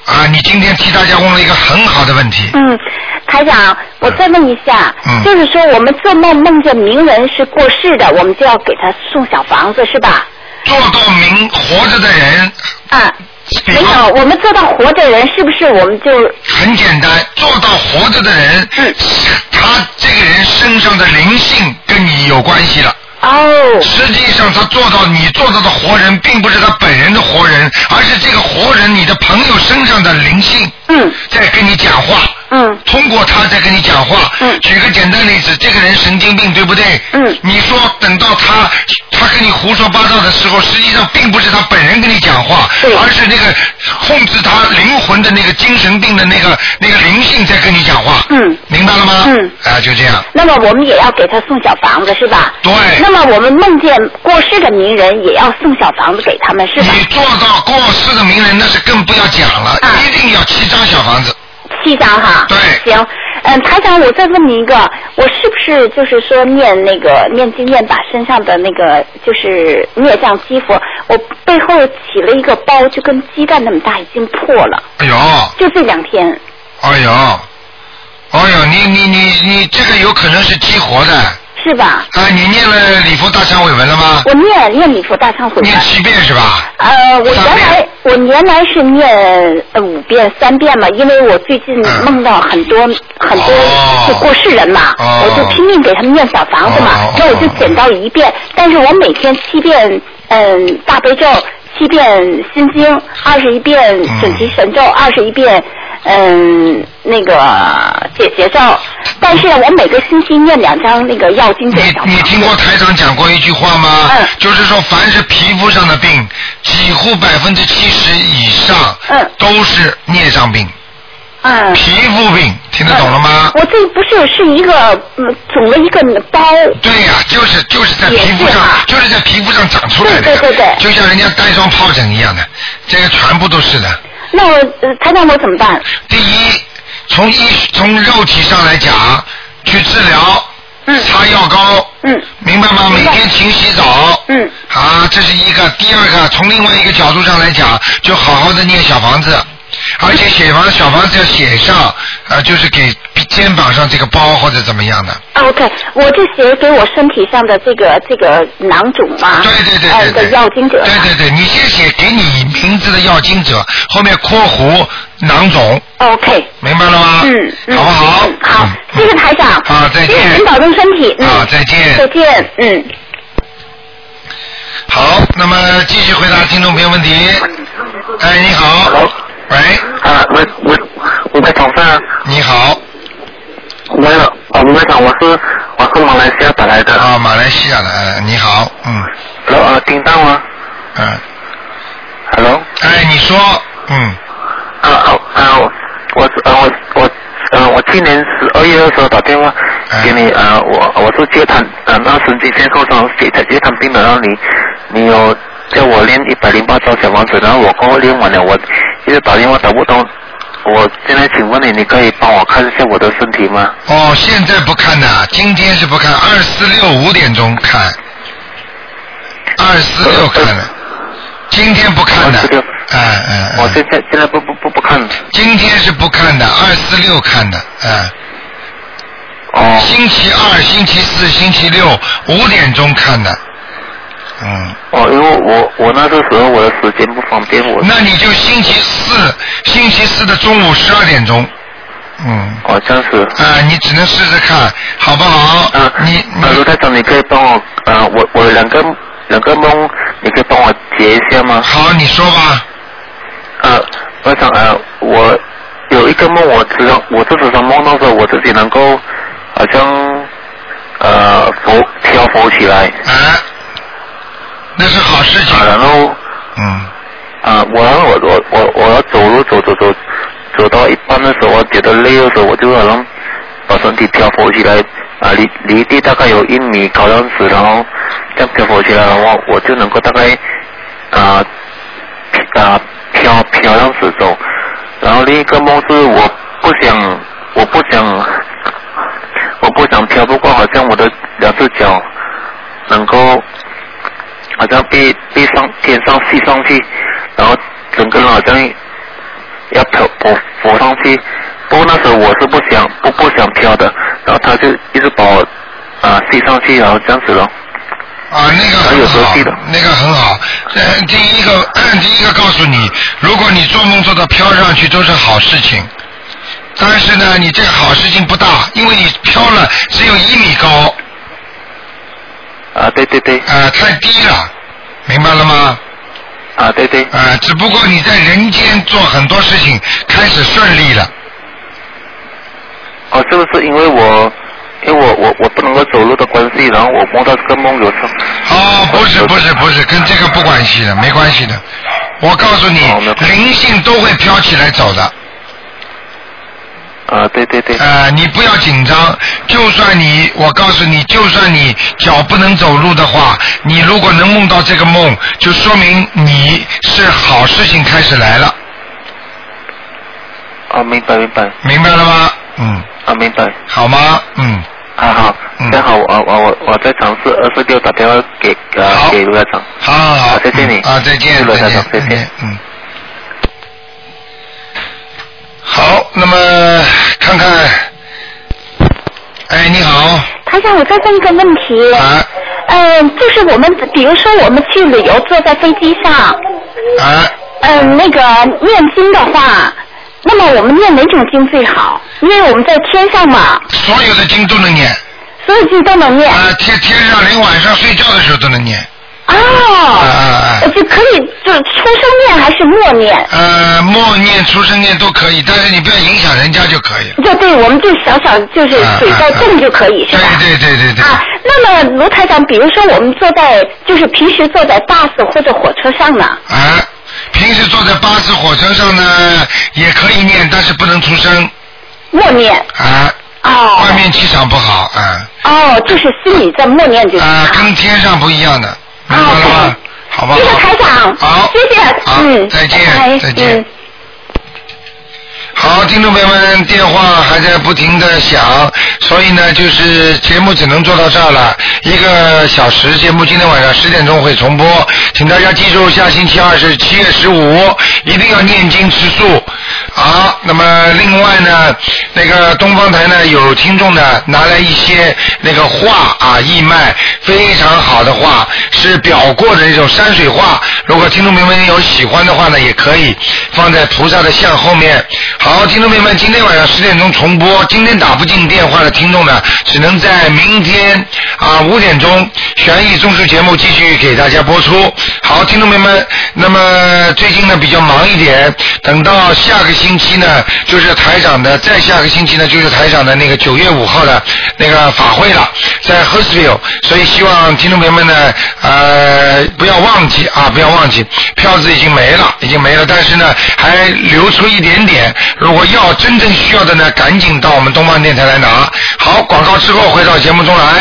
啊！你今天替大家问了一个很好的问题，
嗯，台长，我再问一下，
嗯
就是说我们做梦梦见名人是过世的，我们就要给他送小房子是吧？
做到明活着的人，
啊，
没有，我们做到活着人，是不是我们就
很简单，做到活着的人，他这个人身上的灵性跟你有关系了。
哦。
实际上，他做到你做到的活人，并不是他本人的活人，而是这个活人你的朋友身上的灵性。
嗯。
在跟你讲话。
嗯。
通过他在跟你讲话。嗯。举个简单例子，这个人神经病，对不对？
嗯。
你说等到他他跟你胡说八道的时候，实际上并不是他本人跟你讲话，而是那个控制他灵魂的那个精神病的那个那个灵性在跟你讲话。
嗯。
明白了吗？
嗯。
啊，就这样。
那么我们也要给他送小房子是吧？
对
那么我们梦见过世的名人也要送小房子给他们是吧？
你做到过世的名人，那是更不要讲了，
啊
一定要七张小房子。
七张哈。
对
行，嗯，台长，我再问你一个，我是不是就是说念那个念经念把身上的那个就是孽障激活？我背后起了一个包，就跟鸡蛋那么大，已经破了，
哎呦，
就这两天。
哎呦，哎呦，你你你你这个有可能是激活的
是吧？
啊！你念了礼佛大忏悔文了吗？
我念念礼佛大忏悔文
念，七遍是吧？
呃，我原来我原来是念呃五遍三遍嘛，因为我最近梦到很多、很多就过世人嘛，
哦
我就拼命给他们念小房子嘛，那我就减到一遍，但是我每天七遍嗯、大悲咒，七遍心经，二十一遍准提神咒，二十一遍嗯那个解结咒，但是我每个星期念两张那个药经给小
你听过台长讲过一句话吗？
嗯
就是说，凡是皮肤上的病，几乎百分之七十以上，
嗯
都是孽障病、
嗯。
皮肤病，听得懂了吗？
呃我这不是是一个嗯肿了一个包，
对呀、就是就是在皮肤上，就是在皮肤上长出来的，
对对对对
就像人家带状疱疹一样的，这个全部都是的。
那我呃，台长我怎么办？
第一，从医从肉体上来讲，去治疗，擦药膏，
嗯，
明白吗？每天勤洗澡，
嗯，
啊，这是一个。第二个，从另外一个角度上来讲，就好好的念小房子，
嗯
而且写完小房子要写上，呃，就是给肩膀上这个包或者怎么样的，
啊，OK，我这写给我身体上的这个这个囊肿嘛，
对对对
呃
对对
的药精者，
对对对，你先写给你名字的要经者，后面括弧囊肿，
，OK，
明白了吗？
嗯嗯，
啊好不好？
嗯好，谢谢台长，
好再见
谢谢您保重身体，嗯，
好啊再见
再见，嗯。
好，那么继续回答听众朋友问题。
嗯
哎，你好。喂。
啊，我我我在早上。
你好。
我有啊，吴会长，我是我是马来西亚打来的。
啊，马来西亚的，哎你好，嗯。
Hello，啊，听到吗？
嗯。
Hello。
哎，你说，嗯。
啊啊啊！我我是啊我我呃我去年十二月的时候打电话
哎
给你啊，我我是接谈啊那神经线受伤血糖血糖病的，然后你你有叫我练一百零八招小王子，然后我刚刚练完了，我一直打电话打不通。我现在请问你，你可以帮我看一下我的身体吗？
哦，现在不看的，今天是不看，二四六五点钟看，二四六看的，今天不看的，哎哎哎，
我现在现在不不不不看。
今天是不看的，二四六看的，哎。
哦。
星期二、星期四、星期六五点钟看的，嗯。
哦，因为我我那个时候我的时间不方便，我
那你就星期四，星期四的中午十二点钟，嗯。
哦这样子。
啊、你只能试试看，好不好？
啊，
你
啊，卢台长，你可以帮我啊，我我有两个两个梦，你可以帮我解一下吗？
好，你说吧。
啊，我想啊，我有一个梦，我知道，我自己上梦到说我自己能够好像呃浮漂浮起来。
啊。那是好事情。
啊，然后。
嗯。
啊，我然后我我我我要走路走走走走到一半的时候，我觉得累的时候，我就好像把身体漂浮起来，啊，离离地大概有一米高样子，然后这样漂浮起来的话，我就能够大概啊啊飘飘样子走。然后另一个梦是我不想，我不想，我不想飘，不过好像我的两只脚能够好像被被上天上吸上去，然后整个人好像要飘浮浮上去。不过那时候我是不想不不想飘的，然后他就一直把我啊、吸上去，然后这样子咯。
啊，那个
还
很
有何
好
必的，
那个很好。呃，第一个， [CLEARS THROAT] 第一个告诉你，如果你做梦做到飘上去都是好事情，但是呢，你这个好事情不大，因为你飘了只有一米高。
啊，对对对。
啊，太低了，明白了吗？
啊，对对。
啊，只不过你在人间做很多事情开始顺利了。
哦，是不是因为我，因为我我我不能够走路的关系，然后我梦到这个梦有什么？
哦，不是不是不是，跟这个不关系的，没关系的。我告诉你，灵性都会飘起来走的。
啊，对对对。
呃，你不要紧张，就算你，我告诉你，就算你脚不能走路的话，你如果能梦到这个梦，就说明你是好事情开始来了，
哦，明白明白。
明白了吗？嗯。
啊，明白。
好吗？嗯。
啊好，那好，我我我我再尝试二十六打电话给呃给卢院长。
好好，
谢谢你。
啊，再见，
卢
再
院
见
长，，再见。
嗯。好，那么看看，哎，你好，
台长，我再问一个问题。
啊。
嗯，就是我们，比如说我们去旅游，坐在飞机上。
啊。
嗯，那个念经的话，那么我们念哪种经最好？因为我们在天上嘛，
所有的经都能念。
所有经都能念。
啊，天天上连晚上睡觉的时候都能念。啊
哦，就可以就出生念还是默念？
呃，默念、出生念都可以，但是你不要影响人家就可以了。
就对，我们就小小就是嘴在动就可以，是吧？
啊对对对对。
啊，那么卢台长，比如说我们坐在就是平时坐在巴士或者火车上呢，
啊，平时坐在巴士、火车上呢，也可以念，但是不能出声。
默念。
啊。
哦。
外面气场不好啊。
哦，就是心里在默念就行。
啊，跟天上不一样的，明白了吗？好不好？
谢谢台长，
好，
谢谢，
好
嗯，
再见
拜嗯拜
再见。好，听众朋友们，电话还在不停的响，所以呢，就是节目只能做到这儿了，一个小时节目，今天晚上十点钟会重播，请大家记住，下星期二是七月十五，一定要念经吃素。好，那么另外呢，那个东方台呢有听众呢拿来一些那个画啊义卖，非常好的画，是裱过的那种山水画。如果听众朋友们有喜欢的话呢，也可以放在菩萨的像后面。好，听众朋友们，今天晚上十点钟重播。今天打不进电话的听众呢，只能在明天啊五点钟悬疑综述节目继续给大家播出。好，听众朋友们，那么最近呢比较忙一点，等到下个星期呢，就是台长的，再下个星期呢就是台长的那个九月五号的那个法会了，在 h e r s v i l l e 所以希望听众朋友们呢，呃，不要忘记啊，不要忘记，票子已经没了，已经没了，但是呢还留出一点点，如果要真正需要的呢，赶紧到我们东方电台来拿。好，广告之后回到节目中来。